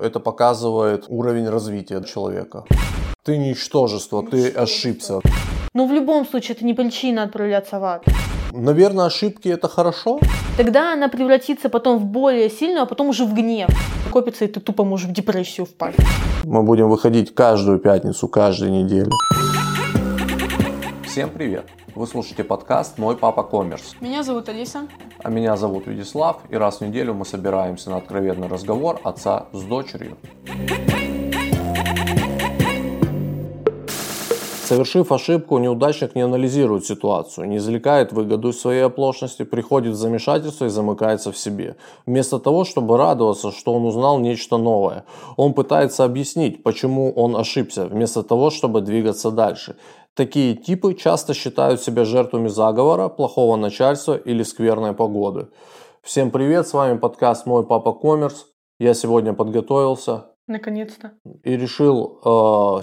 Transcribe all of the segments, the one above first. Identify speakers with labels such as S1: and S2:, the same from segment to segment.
S1: это показывает уровень развития человека. Ты ничтожество, ты ошибся.
S2: Но Ну, в любом случае это не причина отправляться в ад.
S1: Наверное, ошибки это хорошо.
S2: Тогда она превратится потом в более сильную, а потом уже в гнев. Копится, и ты тупо можешь в депрессию впасть.
S1: Мы будем выходить каждую пятницу, каждую неделю. Всем привет! Вы слушаете подкаст «Мой папа коммерс».
S2: Меня зовут Алиса.
S1: А меня зовут Вячеслав, и раз в неделю мы собираемся на откровенный разговор отца с дочерью. Совершив ошибку, неудачник не анализирует ситуацию, не извлекает выгоду из своей оплошности, приходит в замешательство и замыкается в себе. Вместо того, чтобы радоваться, что он узнал нечто новое, он пытается объяснить, почему он ошибся, вместо того, чтобы двигаться дальше. Такие типы часто считают себя жертвами заговора, плохого начальства или скверной погоды. Всем привет, с вами подкаст «Мой папа Коммерс». Я сегодня подготовился,
S2: Наконец-то.
S1: и решил э,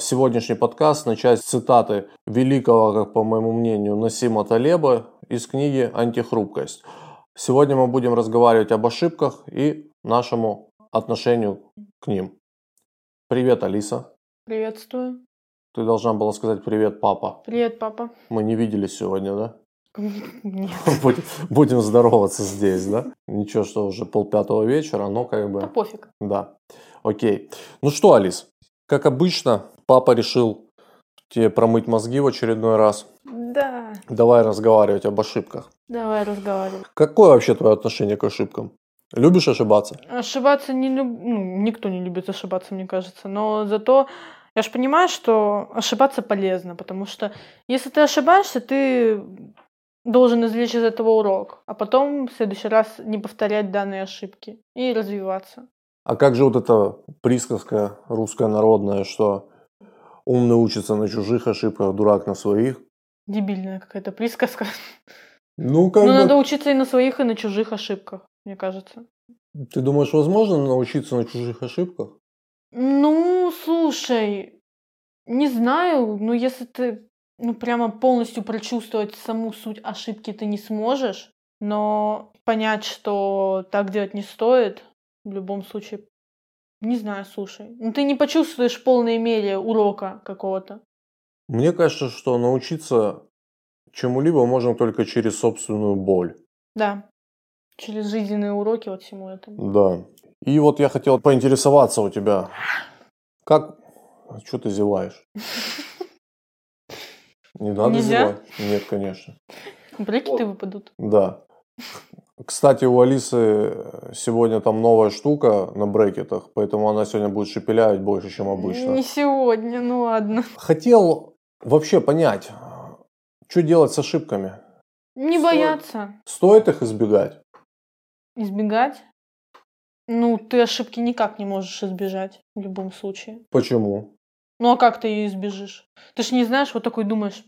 S1: сегодняшний подкаст начать с цитаты великого, как по моему мнению, Насима Талеба из книги «Антихрупкость». Сегодня мы будем разговаривать об ошибках и нашему отношению к ним. Привет, Алиса.
S2: Приветствую.
S1: Ты должна была сказать привет, папа.
S2: Привет, папа.
S1: Мы не виделись сегодня, да?
S2: Нет.
S1: Будем- Будем здороваться здесь, да? Ничего, что уже полпятого вечера, но как бы...
S2: Да пофиг.
S1: Да. Окей. Ну что, Алис, как обычно, папа решил тебе промыть мозги в очередной раз.
S2: Да.
S1: Давай разговаривать об ошибках.
S2: Давай разговариваем.
S1: Какое вообще твое отношение к ошибкам? Любишь ошибаться?
S2: Ошибаться не люб... Ну, никто не любит ошибаться, мне кажется. Но зато я же понимаю, что ошибаться полезно, потому что если ты ошибаешься, ты должен извлечь из этого урок, а потом в следующий раз не повторять данные ошибки и развиваться.
S1: А как же вот эта присказка русская народная, что умный учится на чужих ошибках, дурак на своих?
S2: Дебильная какая-то присказка.
S1: Ну, как
S2: Но
S1: бы,
S2: надо учиться и на своих, и на чужих ошибках, мне кажется.
S1: ты думаешь, возможно научиться на чужих ошибках?
S2: Ну, слушай, не знаю, но если ты ну прямо полностью прочувствовать саму суть ошибки ты не сможешь, но понять, что так делать не стоит, в любом случае, не знаю, слушай. Ну ты не почувствуешь в полной мере урока какого-то.
S1: Мне кажется, что научиться чему-либо можно только через собственную боль.
S2: Да. Через жизненные уроки вот всему этому.
S1: Да. И вот я хотел поинтересоваться у тебя. Как... Что ты зеваешь? Не надо
S2: Нельзя?
S1: зевать? Нет, конечно.
S2: Брекеты выпадут.
S1: Да. Кстати, у Алисы сегодня там новая штука на брекетах, поэтому она сегодня будет шепелявить больше, чем обычно.
S2: Не сегодня, ну ладно.
S1: Хотел вообще понять, что делать с ошибками.
S2: Не
S1: Стоит.
S2: бояться.
S1: Стоит их избегать?
S2: Избегать? Ну, ты ошибки никак не можешь избежать в любом случае.
S1: Почему?
S2: Ну а как ты ее избежишь? Ты же не знаешь, вот такой думаешь,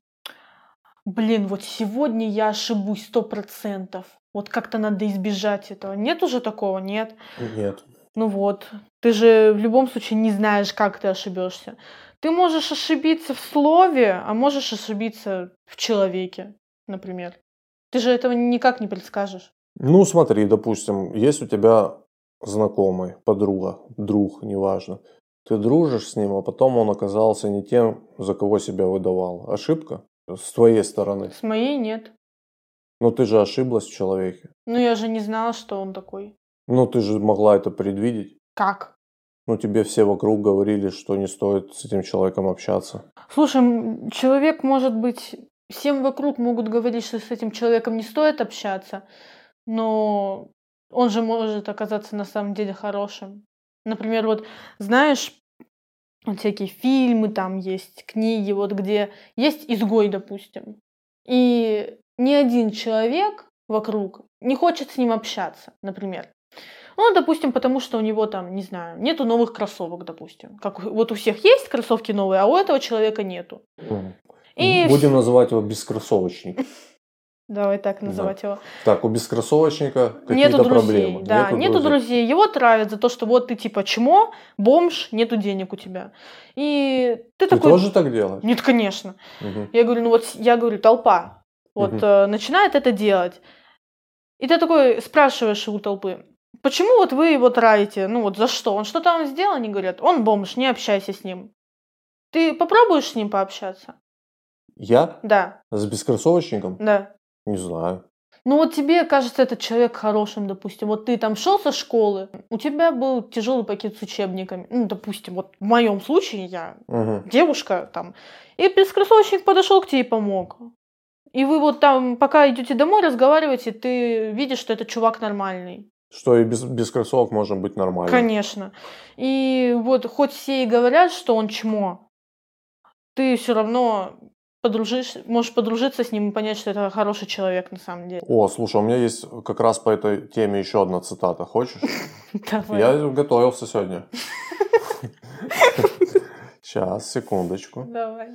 S2: блин, вот сегодня я ошибусь сто процентов. Вот как-то надо избежать этого. Нет уже такого, нет.
S1: Нет.
S2: Ну вот, ты же в любом случае не знаешь, как ты ошибешься. Ты можешь ошибиться в слове, а можешь ошибиться в человеке, например. Ты же этого никак не предскажешь.
S1: Ну, смотри, допустим, есть у тебя знакомый, подруга, друг, неважно. Ты дружишь с ним, а потом он оказался не тем, за кого себя выдавал. Ошибка с твоей стороны.
S2: С моей нет.
S1: Но ты же ошиблась в человеке.
S2: Ну я же не знала, что он такой.
S1: Ну, ты же могла это предвидеть.
S2: Как?
S1: Ну, тебе все вокруг говорили, что не стоит с этим человеком общаться.
S2: Слушай, м, человек может быть... Всем вокруг могут говорить, что с этим человеком не стоит общаться, но он же может оказаться на самом деле хорошим. Например, вот знаешь, вот всякие фильмы там есть, книги, вот где есть изгой, допустим. И ни один человек вокруг не хочет с ним общаться, например. Ну, допустим, потому что у него там, не знаю, нету новых кроссовок, допустим. Как у- вот у всех есть кроссовки новые, а у этого человека нету. И
S1: Будем называть его бескроссовочник.
S2: Давай так называть его.
S1: Так, у бескроссовочника какие-то
S2: Нету друзей.
S1: проблемы.
S2: Да, нету, друзей. Его травят за то, что вот ты типа чмо, бомж, нету денег у тебя. И ты,
S1: Ты
S2: такой...
S1: тоже так делаешь?
S2: Нет, конечно.
S1: Мгм.
S2: Я говорю, ну вот с- я говорю, толпа вот
S1: Мгм.
S2: э, начинает это делать. И ты такой спрашиваешь у толпы, Почему вот вы его траете? Ну вот за что? Он что-то вам сделал? Они говорят, он бомж, не общайся с ним. Ты попробуешь с ним пообщаться?
S1: Я?
S2: Да,
S1: С бескроссовочником?
S2: да.
S1: Не знаю.
S2: Ну вот тебе кажется этот человек хорошим, допустим. Вот ты там шел со школы, у тебя был тяжелый пакет с учебниками. Ну, допустим, вот в моем случае я
S1: Мгм.
S2: девушка там. И бескроссовочник подошел к тебе и помог. И вы вот там, пока идете домой, разговариваете, ты видишь, что этот чувак нормальный.
S1: Что и без, без кроссовок можно быть нормально.
S2: Конечно. И вот хоть все и говорят, что он чмо, ты все равно подружишь, можешь подружиться с ним и понять, что это хороший человек на самом деле.
S1: О, слушай, у меня есть как раз по этой теме еще одна цитата. Хочешь?
S2: Давай.
S1: Я готовился сегодня. Сейчас, секундочку.
S2: Давай.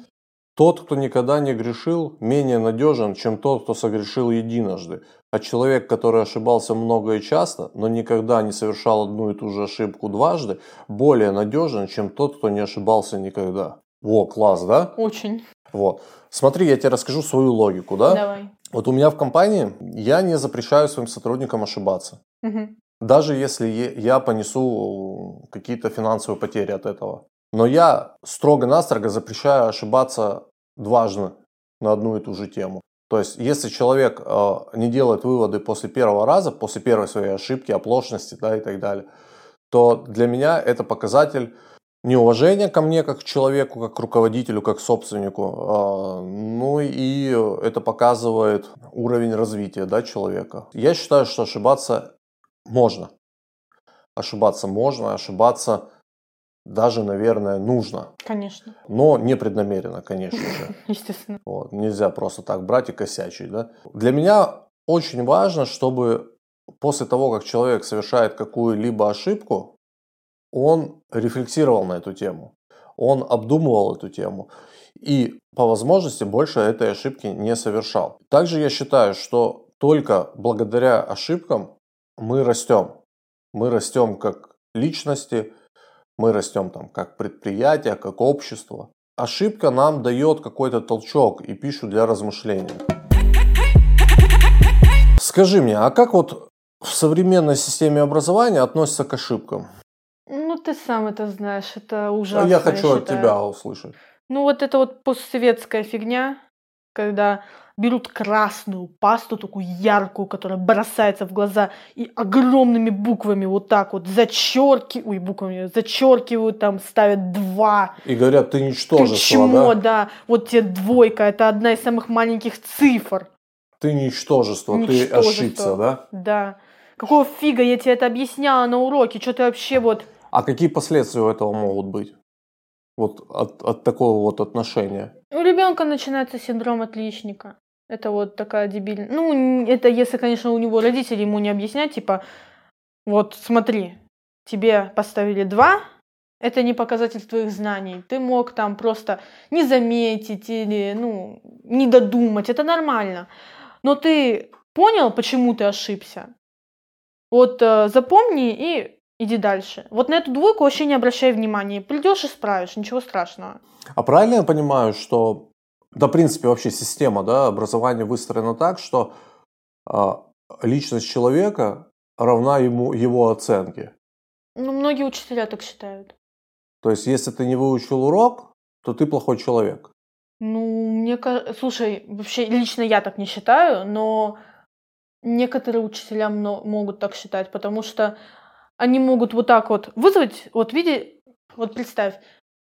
S1: Тот, кто никогда не грешил, менее надежен, чем тот, кто согрешил единожды. А человек, который ошибался много и часто, но никогда не совершал одну и ту же ошибку дважды, более надежен, чем тот, кто не ошибался никогда. Во, класс, да?
S2: Очень.
S1: Вот. Смотри, я тебе расскажу свою логику, да?
S2: Давай.
S1: Вот у меня в компании я не запрещаю своим сотрудникам ошибаться.
S2: Мгм.
S1: Даже если е- я понесу э, какие-то финансовые потери от этого. Но я строго-настрого запрещаю ошибаться дважды на одну и ту же тему. То есть, если человек э, не делает выводы после первого раза, после первой своей ошибки, оплошности да, и так далее, то для меня это показатель неуважения ко мне как к человеку, как к руководителю, как к собственнику. Э, ну и это показывает уровень развития да, человека. Я считаю, что ошибаться можно. Ошибаться можно, ошибаться даже, наверное, нужно.
S2: Конечно.
S1: Но не преднамеренно, конечно же.
S2: Естественно.
S1: Вот, нельзя просто так брать и косячить. Да? Для меня очень важно, чтобы после того, как человек совершает какую-либо ошибку, он рефлексировал на эту тему, он обдумывал эту тему и по возможности больше этой ошибки не совершал. Также я считаю, что только благодаря ошибкам мы растем. Мы растем как личности, мы растем там как предприятие, как общество. Ошибка нам дает какой-то толчок и пищу для размышления. Скажи мне, а как вот в современной системе образования относятся к ошибкам?
S2: Ну, ты сам это знаешь, это ужасно.
S1: А я хочу от
S2: считаю.
S1: тебя услышать.
S2: Ну, вот это вот постсоветская фигня, когда берут красную пасту, такую яркую, которая бросается в глаза, и огромными буквами вот так вот зачерки, ой, буквами зачеркивают, там ставят два,
S1: И говорят, ты
S2: ты
S1: ничтожество,
S2: чмо,
S1: да?
S2: да, вот тебе двойка, это одна из самых маленьких цифр.
S1: Ты ничтожество, ты
S2: Ничтожество.
S1: ошибся, да?
S2: Да. Какого фига я тебе это объясняла на уроке? Что ты вообще вот...
S1: А какие последствия у этого могут быть? Вот от, от такого вот отношения.
S2: У ребенка начинается синдром отличника. Это вот такая дебильная... Ну, н- это если, конечно, у него родители ему не объяснять, типа, вот смотри, тебе поставили два, это не показатель твоих знаний. Ты мог там просто не заметить или, ну, не додумать. Это нормально. Но ты понял, почему ты ошибся? Вот э, запомни и иди дальше. Вот на эту двойку вообще не обращай внимания. Придешь и справишь, ничего страшного.
S1: А правильно я понимаю, что, да, в принципе, вообще система да, образования выстроена так, что а, личность человека равна ему, его оценке.
S2: Ну, многие учителя так считают.
S1: То есть, если ты не выучил урок, то ты плохой человек.
S2: Ну, мне кажется... Слушай, вообще, лично я так не считаю, но некоторые учителя мно- могут так считать, потому что они могут вот так вот вызвать, вот види, вот представь,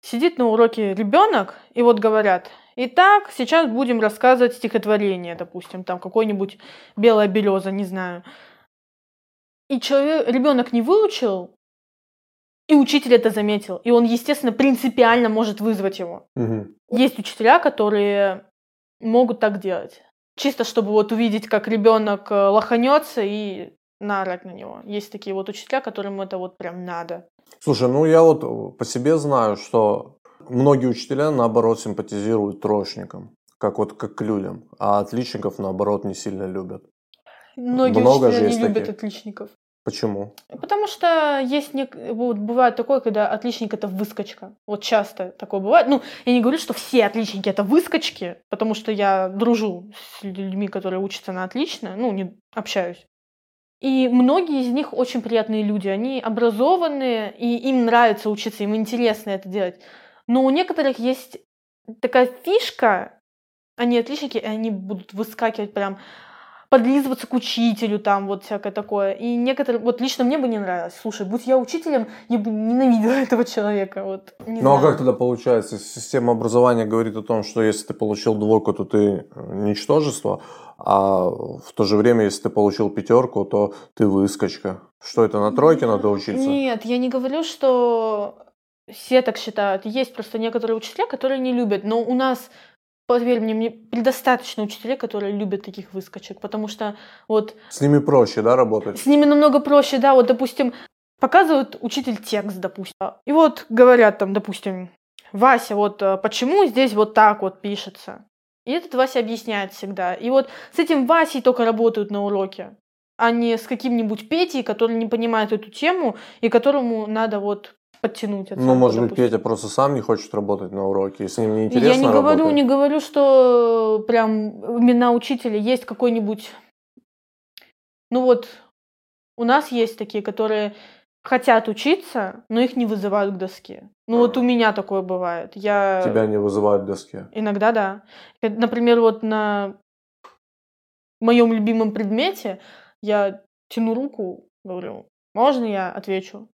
S2: сидит на уроке ребенок, и вот говорят, итак, сейчас будем рассказывать стихотворение, допустим, там какой-нибудь белая береза, не знаю. И человек, ребенок не выучил, и учитель это заметил, и он, естественно, принципиально может вызвать его. Есть учителя, которые могут так делать. Чисто чтобы вот увидеть, как ребенок лоханется и наорать на него. Есть такие вот учителя, которым это вот прям надо.
S1: Слушай, ну я вот э, по себе знаю, что многие учителя, наоборот, симпатизируют трошникам, как вот как к людям, а отличников, наоборот, не сильно любят.
S2: Многие
S1: Много же
S2: учителя не
S1: есть
S2: любят
S1: таких.
S2: отличников.
S1: Почему?
S2: Потому что есть нек... вот бывает такое, когда отличник это выскочка. Вот часто такое бывает. Ну, я не говорю, что все отличники это выскочки, потому что я дружу с людьми, которые учатся на отлично, ну, не общаюсь. И многие из них очень приятные люди, они образованные, и им нравится учиться, им интересно это делать. Но у некоторых есть такая фишка, они отличники, и они будут выскакивать прям подлизываться к учителю, там вот всякое такое. И некоторые, вот лично мне бы не нравилось. Слушай, будь я учителем, я бы ненавидела этого человека. Вот, не
S1: Ну а
S2: знаю.
S1: как тогда получается, если система образования говорит о том, что если ты получил двойку, то ты ничтожество, а в то же время, если ты получил пятерку, то ты выскочка. Что это, на тройке надо учиться?
S2: Нет, я не говорю, что все так считают. Есть просто некоторые учителя, которые не любят. Но у нас, поверь мне, мне предостаточно учителей, которые любят таких выскочек. Потому что вот
S1: С ними проще, да, работать?
S2: с ними намного проще, да, вот, допустим, показывают учитель текст, допустим. И вот говорят там, допустим, Вася, вот э, почему здесь вот так вот пишется? И этот Вася объясняет всегда. И вот с этим Васей только работают на уроке, а не с каким-нибудь Петей, который не понимает эту тему и которому надо вот подтянуть.
S1: Ну,
S2: оценку,
S1: может быть,
S2: допустим.
S1: Петя просто сам не хочет работать на уроке, и с ним не интересно
S2: Я не говорю,
S1: работать.
S2: не говорю, что э, прям имена учителя есть какой-нибудь. Ну вот, у нас есть такие, которые хотят учиться, но их не вызывают к доске. Ну вот у меня такое бывает. Я
S1: Тебя не вызывают к доске.
S2: иногда да. Э, Например, вот на моем любимом предмете я тяну руку, говорю, можно я отвечу?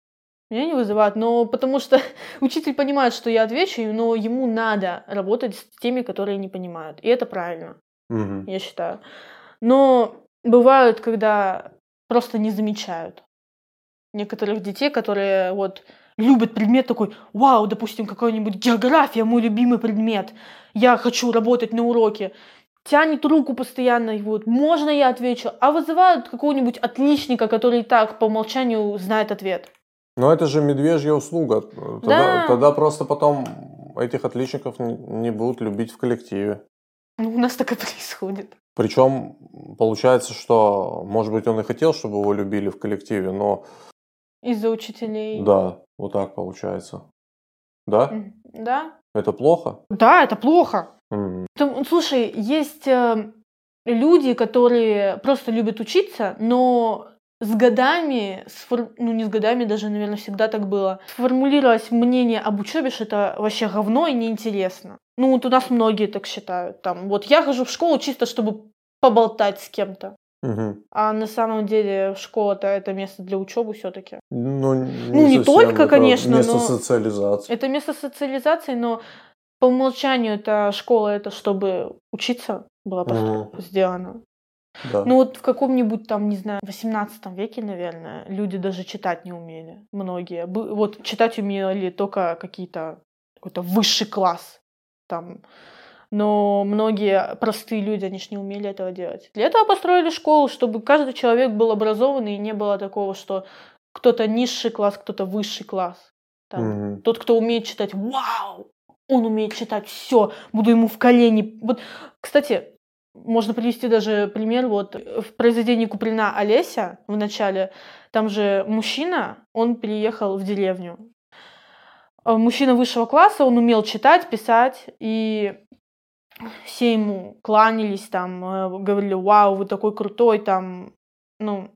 S2: Меня не вызывают, но потому что учитель понимает, что я отвечу, но ему надо работать с теми, которые не понимают. И это правильно,
S1: Мгм.
S2: я считаю. Но бывают, когда просто не замечают некоторых детей, которые вот любят предмет такой, вау, допустим, какая-нибудь география, мой любимый предмет, я хочу работать на уроке, тянет руку постоянно, и вот, можно я отвечу, а вызывают какого-нибудь отличника, который и так по умолчанию знает ответ.
S1: Но это же медвежья услуга. Тогда,
S2: Да.
S1: тогда просто потом этих отличников не- не будут любить в коллективе.
S2: Ну, у нас так и происходит.
S1: Причем получается, что, может быть, он и хотел, чтобы его любили в коллективе, но
S2: Из-за учителей.
S1: да, вот так получается. Да?
S2: М, Да?
S1: Это плохо?
S2: Да, это плохо.
S1: М.
S2: Там, ну, слушай, есть э, люди, которые просто любят учиться, но с годами, сфор- ну не с годами, даже, наверное, всегда так было, сформулировалось мнение об учебе, что это вообще говно и неинтересно. Ну вот у нас многие так считают. Там, вот я хожу в школу чисто, чтобы поболтать с кем-то.
S1: Мгм.
S2: А на самом деле школа-то это место для учебы все-таки.
S1: Ну,
S2: Ну, не
S1: совсем,
S2: только,
S1: это
S2: конечно,
S1: Место
S2: но-
S1: социализации.
S2: Это место социализации, но по умолчанию это школа, это чтобы учиться была просто
S1: Мгм.
S2: сделана.
S1: Да.
S2: Ну вот в каком-нибудь там, не знаю, 18 веке, наверное, люди даже читать не умели, многие. Бы- Вот читать умели только какие-то, какой-то высший класс там. Но многие простые люди, они ж не умели этого делать. Для этого построили школу, чтобы каждый человек был образованный и не было такого, что кто-то низший класс, кто-то высший класс. Там,
S1: Мгм.
S2: тот, кто умеет читать, вау, он умеет читать все, буду ему в колени. Вот, кстати, можно привести даже пример, вот в произведении Куприна Олеся в начале, там же мужчина, он переехал в деревню. А Мужчина высшего класса, он умел читать, писать, и все ему кланялись, там, э, говорили, вау, вы такой крутой, там, ну,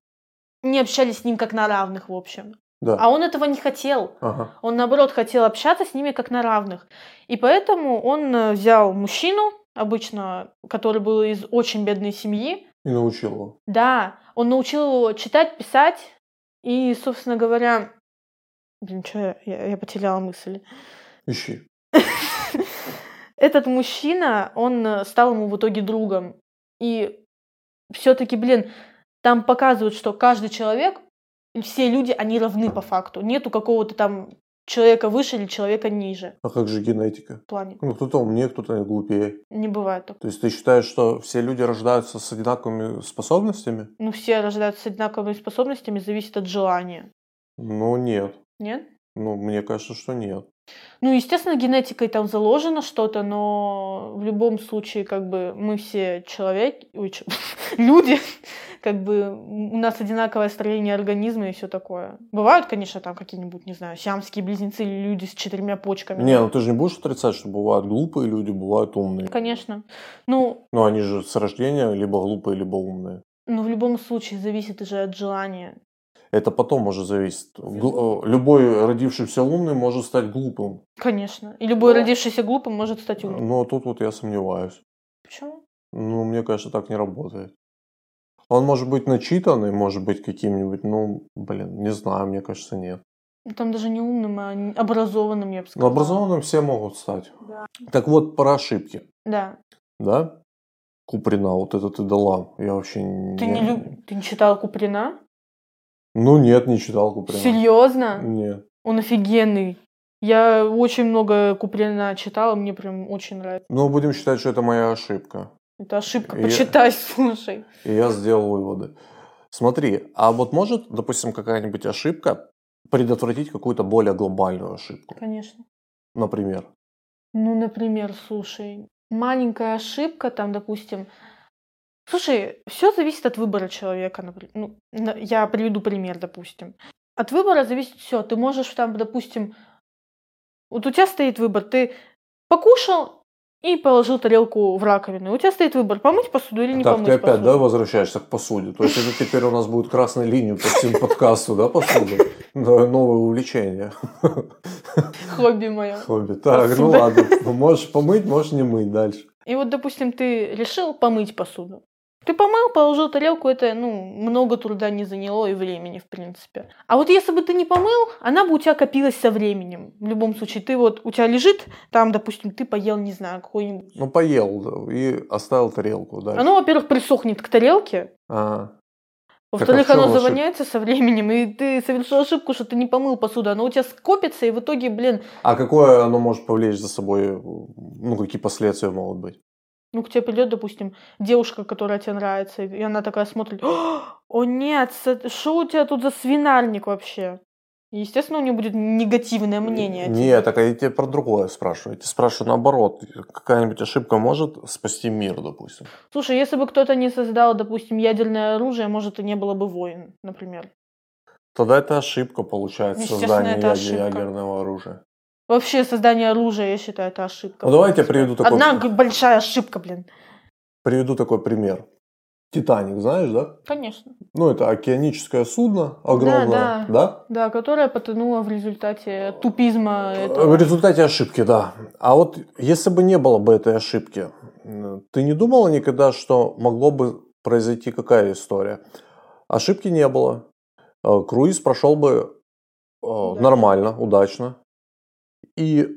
S2: не общались с ним как на равных, в общем.
S1: Да.
S2: А он этого не хотел.
S1: Ага.
S2: Он, наоборот, хотел общаться с ними как на равных. И поэтому он э, взял мужчину, обычно, который был из очень бедной семьи.
S1: И научил его.
S2: Да, он научил его читать, писать. И, собственно говоря... Блин, что я, я потеряла мысль.
S1: Ищи.
S2: Этот мужчина, он э, стал ему в итоге другом. И все-таки, блин, там показывают, что каждый человек, и все люди, они равны по факту. Нету какого-то там человека выше или человека ниже
S1: А как же генетика?
S2: в плане.
S1: Ну, кто-то умнее, кто-то глупее.
S2: Не бывает так.
S1: То есть ты считаешь, что все люди рождаются с одинаковыми способностями?
S2: Ну, все рождаются с одинаковыми способностями, зависит от желания.
S1: Ну, нет.
S2: Нет?
S1: Ну, мне кажется, что нет.
S2: Ну, естественно, генетикой там заложено что-то, но в любом случае, как бы, мы все человек, ой, чё- люди, как бы, у нас одинаковое строение организма и все такое. Бывают, конечно, там какие-нибудь, не знаю, сиамские близнецы или люди с четырьмя почками.
S1: Не, ну ты же не будешь отрицать, что бывают глупые люди, бывают умные.
S2: Конечно. Ну,
S1: Но они же с рождения либо глупые, либо умные.
S2: Но в любом случае зависит уже от желания.
S1: Это потом уже зависит. Гл- э, Любой родившийся умный может стать глупым.
S2: Конечно. И любой
S1: Да.
S2: родившийся глупым может стать умным.
S1: Но тут вот я сомневаюсь.
S2: Почему?
S1: Ну, мне кажется, так не работает. Он может быть начитанный, может быть каким-нибудь, ну, блин, не знаю, мне кажется, нет.
S2: Ну, Там даже не умным, а н- образованным, я бы
S1: Но
S2: сказала.
S1: образованным все могут стать. Так вот, про ошибки,
S2: Да.
S1: да? Куприна, вот это ты дала. Я вообще не...
S2: Ты не, люб... Ты не читала Куприна?
S1: Ну нет, не читал Куприна.
S2: Серьезно?
S1: Нет.
S2: Он офигенный. Я очень много Куприна читала, мне прям очень нравится.
S1: Ну, будем считать, что это моя ошибка.
S2: Это ошибка.
S1: Я-
S2: Почитай, слушай.
S1: И я сделал выводы. Смотри, а вот может, допустим, какая-нибудь ошибка предотвратить какую-то более глобальную ошибку,
S2: Конечно.
S1: например?
S2: Ну, например, слушай, маленькая ошибка, там, допустим, слушай, все зависит от выбора человека, например. Ну, на- я приведу пример, допустим. От выбора зависит все. Ты можешь там, допустим, вот у тебя стоит выбор, ты покушал и положил тарелку в раковину. И У тебя стоит выбор, помыть посуду или не
S1: так,
S2: помыть
S1: ты опять,
S2: посуду.
S1: да, возвращаешься к посуде? То есть это теперь у нас будет красной линией по всему подкасту, да, посуда? Да, Новое увлечение.
S2: Хобби мое.
S1: Хобби. Так, ну
S2: Посуда.
S1: ладно. Ну, Можешь помыть, можешь не мыть дальше.
S2: И вот, допустим, ты решил помыть посуду. Ты помыл, положил тарелку, это, ну, много труда не заняло и времени, в принципе. А вот если бы ты не помыл, она бы у тебя копилась со временем. В любом случае, ты вот, у тебя лежит, там, допустим, ты поел, не знаю, какой-нибудь...
S1: Ну, поел да, и оставил тарелку дальше.
S2: Оно, во-первых, присохнет к тарелке,
S1: А, а
S2: во-вторых,
S1: в чём
S2: оно
S1: ошибка?
S2: завоняется со временем, и ты совершил ошибку, что ты не помыл посуду, оно у тебя скопится, и в итоге, блин,
S1: а какое оно может повлечь за собой, ну, какие последствия могут быть?
S2: Ну, к тебе придет, допустим, девушка, которая тебе нравится, и она такая смотрит, «О, о нет, что у тебя тут за свинарник вообще? И, естественно, у нее будет негативное мнение. о тебе.
S1: Нет, так а я тебе про другое спрашиваю. Я тебе спрашиваю наоборот. Какая-нибудь ошибка может спасти мир, допустим?
S2: Слушай, если бы кто-то не создал, допустим, ядерное оружие, может, и не было бы войн, например.
S1: Тогда это ошибка, получается,
S2: Естественно,
S1: создание
S2: это
S1: яд-
S2: ошибка.
S1: ядерного оружия.
S2: Вообще, создание оружия, я считаю, это ошибка.
S1: Ну, давай я тебе приведу такой,
S2: Одна г- большая ошибка, блин.
S1: приведу такой пример. «Титаник», знаешь, да?
S2: Конечно.
S1: Ну, это океаническое судно огромное,
S2: да.
S1: да?
S2: Да, которая потонула в результате тупизма
S1: В
S2: этого.
S1: результате ошибки, да. А вот если бы не было бы этой ошибки, э, ты не думала никогда, что могло бы произойти какая история? Ошибки не было. Э, Круиз прошел бы э, нормально, удачно. И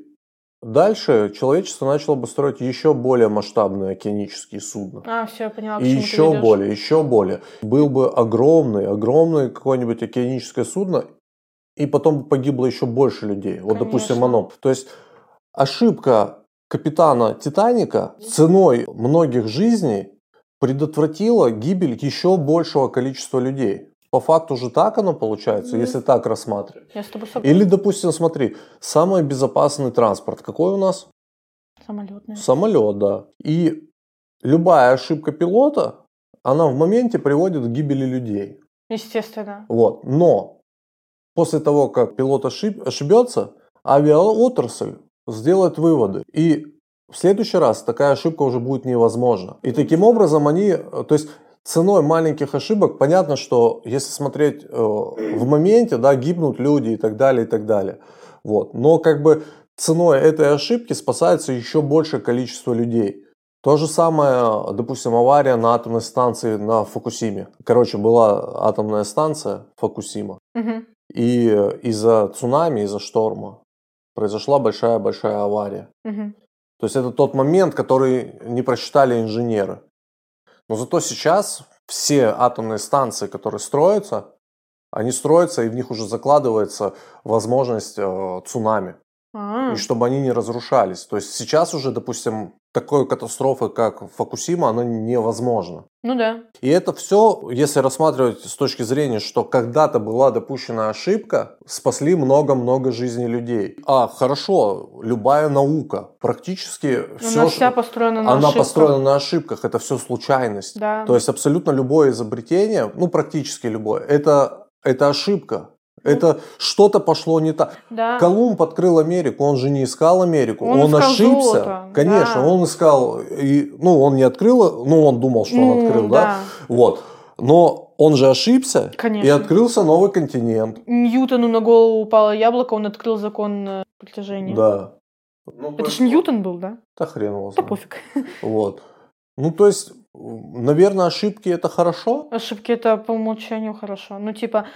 S1: дальше человечество начало бы строить еще более масштабные океанические судна.
S2: А, все, я поняла, к
S1: И
S2: чему ты
S1: еще
S2: ведёшь.
S1: более, еще более. Был бы огромный, огромный какое-нибудь океаническое судно, и потом бы погибло еще больше людей. Вот, допустим,
S2: Конечно.
S1: оно. То есть ошибка капитана Титаника ценой многих жизней предотвратила гибель еще большего количества людей. По факту же так оно получается,
S2: Мгм.
S1: если так рассматривать.
S2: Я с тобой согласна.
S1: Или, допустим, смотри, самый безопасный транспорт какой у нас?
S2: Самолетная.
S1: Самолет, да. И любая ошибка пилота, она в моменте приводит к гибели людей.
S2: Естественно.
S1: Вот. Но после того, как пилот ошиб- ошибется, авиаотрасль сделает выводы. И в следующий раз такая ошибка уже будет невозможна. И таким образом они, э, то есть ценой маленьких ошибок, понятно, что если смотреть э, в моменте, да, гибнут люди и так далее, и так далее. Вот. Но как бы ценой этой ошибки спасается еще большее количество людей. То же самое, допустим, авария на атомной станции на Фукусиме. Короче, была атомная станция Фукусима.
S2: Мгм.
S1: И из-за цунами, из-за шторма произошла большая-большая авария.
S2: Мгм.
S1: То есть это тот момент, который не просчитали инженеры. Но зато сейчас все атомные станции, которые строятся, они строятся, и в них уже закладывается возможность э, цунами
S2: А,
S1: и чтобы они не разрушались. То есть сейчас уже, допустим, такой катастрофы, как Фукусима, она невозможна.
S2: Ну да.
S1: И это все, если рассматривать с точки зрения, что когда-то была допущена ошибка, спасли много-много жизней людей. А хорошо, любая наука, практически
S2: у
S1: все,
S2: нас Ну, вся построена на
S1: она
S2: ошибках.
S1: построена на ошибках, это все случайность.
S2: Да.
S1: То есть абсолютно любое изобретение, ну практически любое, это, это ошибка.
S2: Ну.
S1: Это что-то пошло не так.
S2: да.
S1: Колумб открыл Америку, он же не искал Америку, он,
S2: А. Он искал
S1: ошибся.
S2: золото,
S1: Конечно,
S2: да.
S1: он искал, и, ну он не открыл, ну он думал, что он
S2: Ну,
S1: открыл, да? Вот. Но он же ошибся, и
S2: Конечно.
S1: открылся новый континент.
S2: Ньютону на голову упало яблоко, он открыл закон э, притяжения.
S1: Да. Ну,
S2: Это ж Ньютон был, да?
S1: Да хрен его
S2: Да
S1: знает.
S2: пофиг.
S1: Вот. Ну, то есть, наверное, ошибки это хорошо.
S2: Ошибки это по умолчанию хорошо. Ну, типа,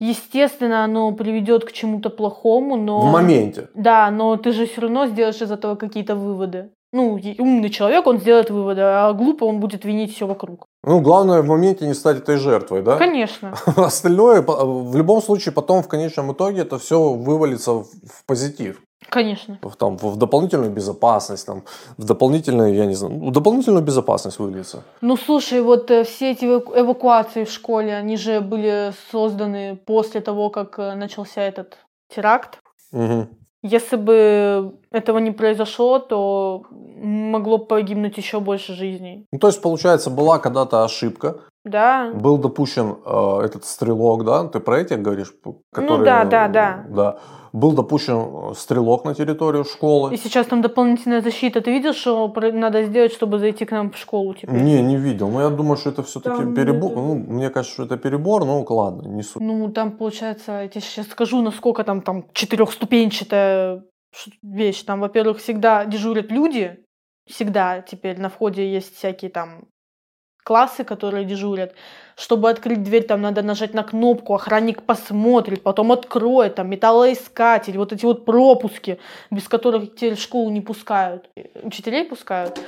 S2: естественно, оно приведет к чему-то плохому, но...
S1: В моменте.
S2: Да, но ты же все равно сделаешь из этого какие-то выводы. Ну, и- умный человек, он сделает выводы, а глупо он будет винить все вокруг.
S1: Ну, главное в моменте не стать этой жертвой, да?
S2: Конечно.
S1: Остальное, по- в любом случае, потом в конечном итоге это все вывалится в, в позитив.
S2: Конечно.
S1: В, там, в, в дополнительную безопасность, там, в дополнительную, я не знаю, в дополнительную безопасность выльется.
S2: Ну, слушай, вот э, все эти эваку- эвакуации в школе, они же были созданы после того, как э, начался этот теракт.
S1: Мгм.
S2: Если бы этого не произошло, то могло погибнуть еще больше жизней.
S1: Ну, то есть, получается, была когда-то ошибка,
S2: Да?
S1: был допущен э, этот стрелок, да? Ты про этих говоришь? п- Которые,
S2: Ну да, да, да.
S1: Да. Был допущен э, стрелок на территорию
S2: И
S1: школы.
S2: сейчас там дополнительная защита. Ты видел, что про- надо сделать, чтобы зайти к нам в школу теперь?
S1: Не, не видел. Но я думаю, что это все-таки
S2: Там
S1: перебор.
S2: это-
S1: Ну, мне кажется, что это перебор, но ладно, не суть.
S2: Ну, там, получается, я тебе сейчас скажу, насколько там, там четырехступенчатая ш- вещь. Там, во-первых, всегда дежурят люди, всегда теперь на входе есть всякие там классы, которые дежурят. Чтобы открыть дверь, там надо нажать на кнопку, охранник посмотрит, потом откроет, там металлоискатель, вот эти вот пропуски, без которых теперь в школу не пускают. Учителей пускают.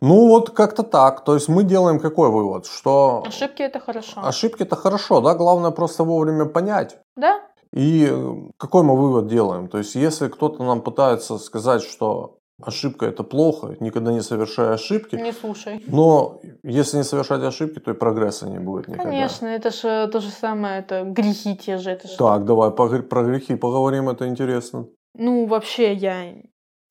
S1: Ну, вот как-то так. То есть, мы делаем какой вывод? Что
S2: Ошибки это хорошо.
S1: ошибки-то хорошо, да? Главное просто вовремя понять.
S2: Да?
S1: И э, какой мы вывод делаем? То есть, если кто-то нам пытается сказать, что ошибка это плохо, никогда не совершая ошибки,
S2: Не слушай.
S1: но если не совершать ошибки, то и прогресса не будет никогда.
S2: Конечно, это же то же самое, это грехи те же, это же
S1: Так, давай погр- про грехи поговорим, это интересно.
S2: Ну, вообще, я...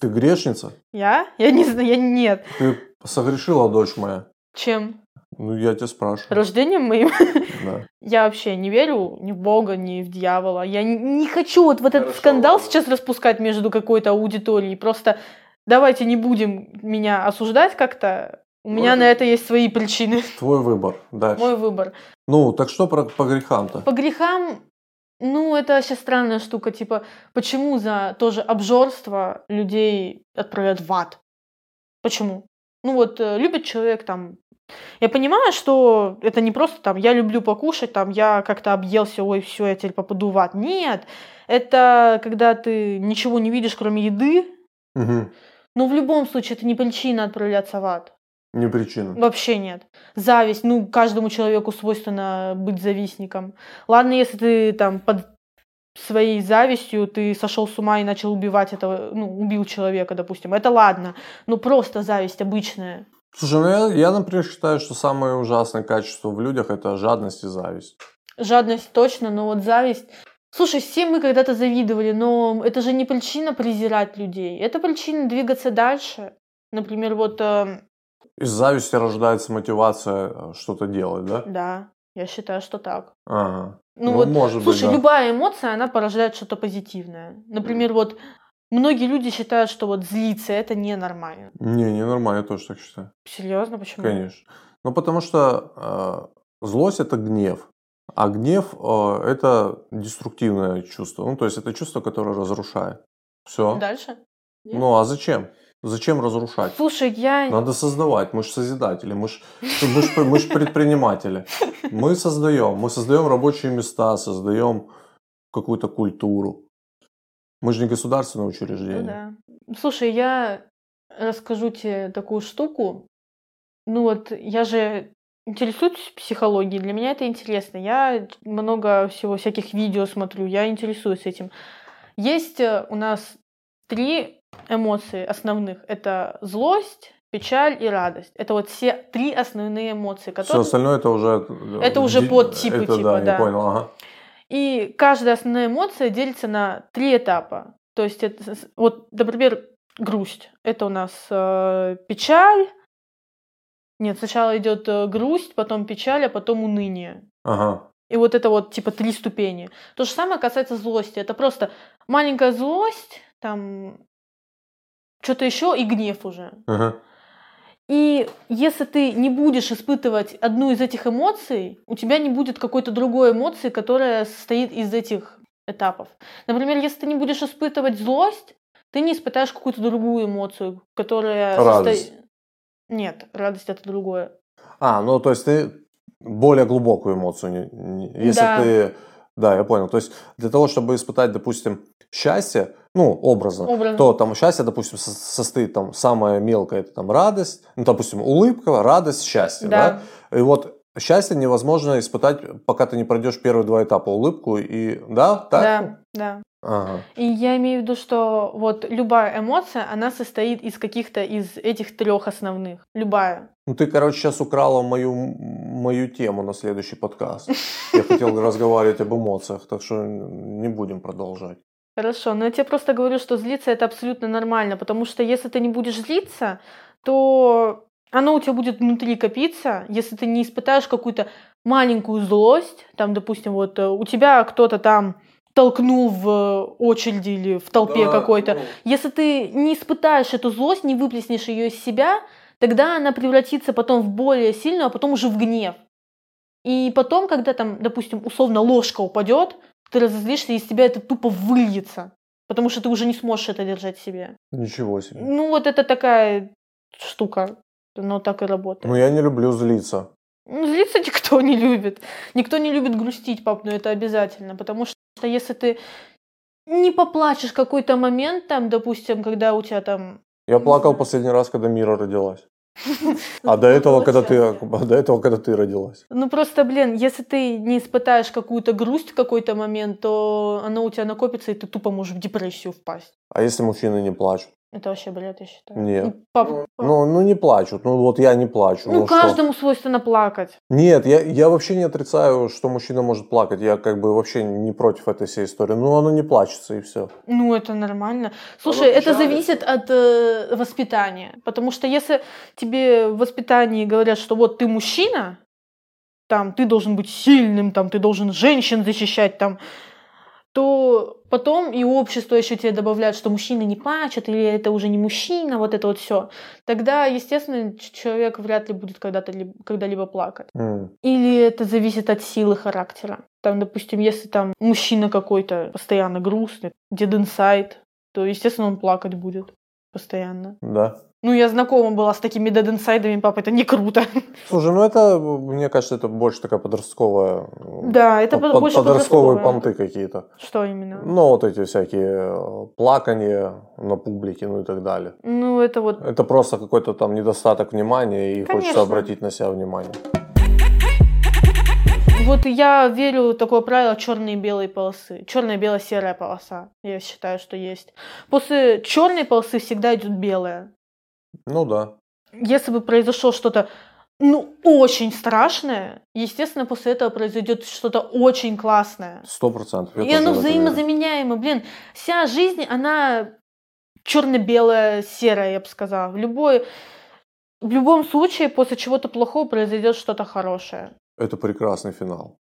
S1: Ты грешница?
S2: Я? Я не знаю, я нет.
S1: Ты согрешила, дочь моя?
S2: Чем?
S1: Ну, я тебя спрашиваю.
S2: Рождением моим?
S1: Да.
S2: Я вообще не верю ни в Бога, ни в дьявола. Я не, не хочу вот, вот этот
S1: Хорошо,
S2: скандал
S1: ладно.
S2: сейчас распускать между какой-то аудиторией. Просто давайте не будем меня осуждать как-то. У меня
S1: Может,
S2: на это есть свои причины.
S1: Твой выбор. Дальше.
S2: Мой выбор.
S1: Ну, так что про, по грехам-то?
S2: По грехам, ну, это вообще странная штука. Типа, почему за тоже обжорство людей отправляют в ад? Почему? Ну вот, э, любит человек там... Я понимаю, что это не просто там «я люблю покушать», там «я как-то объелся, ой, все, я теперь попаду в ад». Нет, это когда ты ничего не видишь, кроме еды,
S1: Мгм.
S2: но в любом случае это не причина отправляться в ад.
S1: Не причина.
S2: Вообще нет. Зависть, ну, каждому человеку свойственно быть завистником. Ладно, если ты там под своей завистью ты сошел с ума и начал убивать этого, ну, убил человека, допустим. Это ладно. Но просто зависть обычная.
S1: Слушай, ну я, я, например, считаю, что самое ужасное качество в людях это жадность и зависть.
S2: Жадность точно, но вот зависть... Слушай, все мы когда-то завидовали, но это же не причина презирать людей. Это причина двигаться дальше. Например, вот... эм,
S1: Из зависти рождается мотивация э, что-то делать, да?
S2: да, я считаю, что так.
S1: Ага.
S2: Ну, вот
S1: может
S2: Слушай,
S1: быть, да.
S2: любая эмоция, она порождает что-то позитивное. Например, вот многие люди считают, что вот злиться это ненормально.
S1: Не, не нормально, я тоже так считаю.
S2: Серьезно, почему?
S1: Конечно. Ну, потому что э, злость это гнев. А гнев э, это деструктивное чувство. Ну, то есть это чувство, которое разрушает. Все.
S2: Дальше?
S1: Ну а зачем? Зачем разрушать?
S2: Слушай, я...
S1: Надо создавать, мы же созидатели, мы же мы ж- мы ж предприниматели. Мы создаем, мы создаем рабочие места, создаем какую-то культуру. Мы же не государственное
S2: Ну
S1: учреждение.
S2: да. Слушай, я расскажу тебе такую штуку. Ну вот, я же интересуюсь психологией, для меня это интересно. Я много всего, всяких видео смотрю, я интересуюсь этим. Есть э, у нас три эмоции основных. Это злость, печаль и радость. Это вот все три основные эмоции,
S1: Все
S2: которые...
S1: остальное это уже...
S2: Это уже
S1: ди-
S2: подтипы,
S1: это
S2: типа,
S1: я
S2: да.
S1: понял, ага.
S2: И каждая основная эмоция делится на три этапа. То есть, это, с- вот, например, грусть. Это у нас э, печаль. Нет, сначала идет э, грусть, потом печаль, а потом уныние.
S1: Ага.
S2: И вот это вот типа три ступени. То же самое касается злости. Это просто маленькая злость, там что-то еще и гнев уже.
S1: ага.
S2: И если ты не будешь испытывать одну из этих эмоций, у тебя не будет какой-то другой эмоции, которая состоит из этих этапов. Например, если ты не будешь испытывать злость, ты не испытаешь какую-то другую эмоцию, которая...
S1: Радость.
S2: состо- Нет, радость это другое.
S1: А, ну то есть ты более глубокую эмоцию, не- не- если
S2: Да.
S1: ты... Да, я понял. То есть для того, чтобы испытать, допустим, счастье, ну, образно,
S2: Образно.
S1: то там счастье, допустим, со- состоит там самое мелкое, это там радость, ну, допустим, улыбка, радость, счастье, да? И вот счастье невозможно испытать, пока ты не пройдешь первые два этапа, улыбку и... Да? Так?
S2: да, да.
S1: Ага.
S2: И я имею в виду, что вот любая эмоция, она состоит из каких-то из этих трех основных. Любая.
S1: Ну ты, короче, сейчас украла мою, мою тему на следующий подкаст. Я хотел разговаривать об эмоциях, так что не будем продолжать.
S2: Хорошо, но я тебе просто говорю, что злиться это абсолютно нормально, потому что если ты не будешь злиться, то оно у тебя будет внутри копиться, если ты не испытаешь какую-то маленькую злость, там, допустим, вот э, у тебя кто-то там толкнул в э, очереди или в толпе какой-то, Если ты не испытаешь эту злость, не выплеснешь ее из себя, тогда она превратится потом в более сильную, а потом уже в гнев. И потом, когда там, допустим, условно ложка упадет, ты разозлишься, и из тебя это тупо выльется. Потому что ты уже не сможешь это держать в себе.
S1: Ничего себе.
S2: Ну, вот это такая штука. Но так и работает.
S1: Ну я не люблю злиться.
S2: Ну, Злиться никто не любит. Никто не любит грустить, пап, но это обязательно. Потому что если ты не поплачешь какой-то момент, там, допустим, когда у тебя там
S1: Я
S2: Не
S1: плакал
S2: знаю.
S1: последний раз, когда Мира родилась. А
S2: Ну,
S1: до этого, когда ты,
S2: Получается.
S1: а до этого, когда ты родилась.
S2: Ну просто, блин, если ты не испытаешь какую-то грусть в какой-то момент, то оно у тебя накопится, и ты тупо можешь в депрессию впасть.
S1: А если мужчины не плачут?
S2: Это вообще бред, я считаю.
S1: Нет.
S2: Ну, пап, пап,
S1: Ну, ну не плачут. Ну вот я не плачу.
S2: ну,
S1: ну что?
S2: каждому свойственно плакать.
S1: Нет, я, я вообще не отрицаю, что мужчина может плакать. Я как бы вообще не против этой всей истории. Ну, оно не плачется и все.
S2: Ну, это нормально. Слушай, это
S1: печалится.
S2: зависит от э, воспитания. Потому что если тебе в воспитании говорят, что вот ты мужчина, там, ты должен быть сильным, там, ты должен женщин защищать, там, то потом и общество еще тебе добавляет, что мужчины не плачут, или это уже не мужчина, вот это вот все. Тогда, естественно, ч- человек вряд ли будет когда-то ли- когда-либо плакать. Или это зависит от силы характера. Там, допустим, если там мужчина какой-то постоянно грустный, dead inside, то, естественно, он плакать будет постоянно.
S1: да.
S2: Ну, я знакома была с такими dead инсайдами, папа, это не круто.
S1: Слушай, ну это, мне кажется, это больше такая подростковая... э,
S2: Да, это
S1: под-
S2: по-
S1: под-
S2: больше
S1: подростковые
S2: подростковое.
S1: понты какие-то.
S2: Что именно?
S1: Ну, вот эти всякие э, плакания на публике, ну и так далее.
S2: Ну, это вот...
S1: Это просто какой-то там недостаток внимания, и хочется
S2: Конечно.
S1: обратить на себя внимание.
S2: Вот я верю в такое правило черные и белые полосы. Черная-бело-серая полоса, я считаю, что есть. После черной полосы всегда идет белая.
S1: Ну да.
S2: если бы произошло что-то ну, очень страшное, естественно, после этого произойдет что-то очень классное.
S1: Сто процентов. я
S2: И
S1: тоже
S2: оно
S1: в это верю.
S2: взаимозаменяемо, блин. Вся жизнь, она черно-белая, серая, я бы сказала. В, любой, в любом случае, после чего-то плохого произойдет что-то хорошее.
S1: Это прекрасный финал.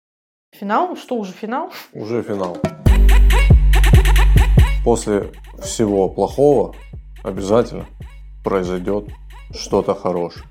S2: Финал? Что, уже финал?
S1: Уже финал. После всего плохого обязательно произойдет что-то хорошее.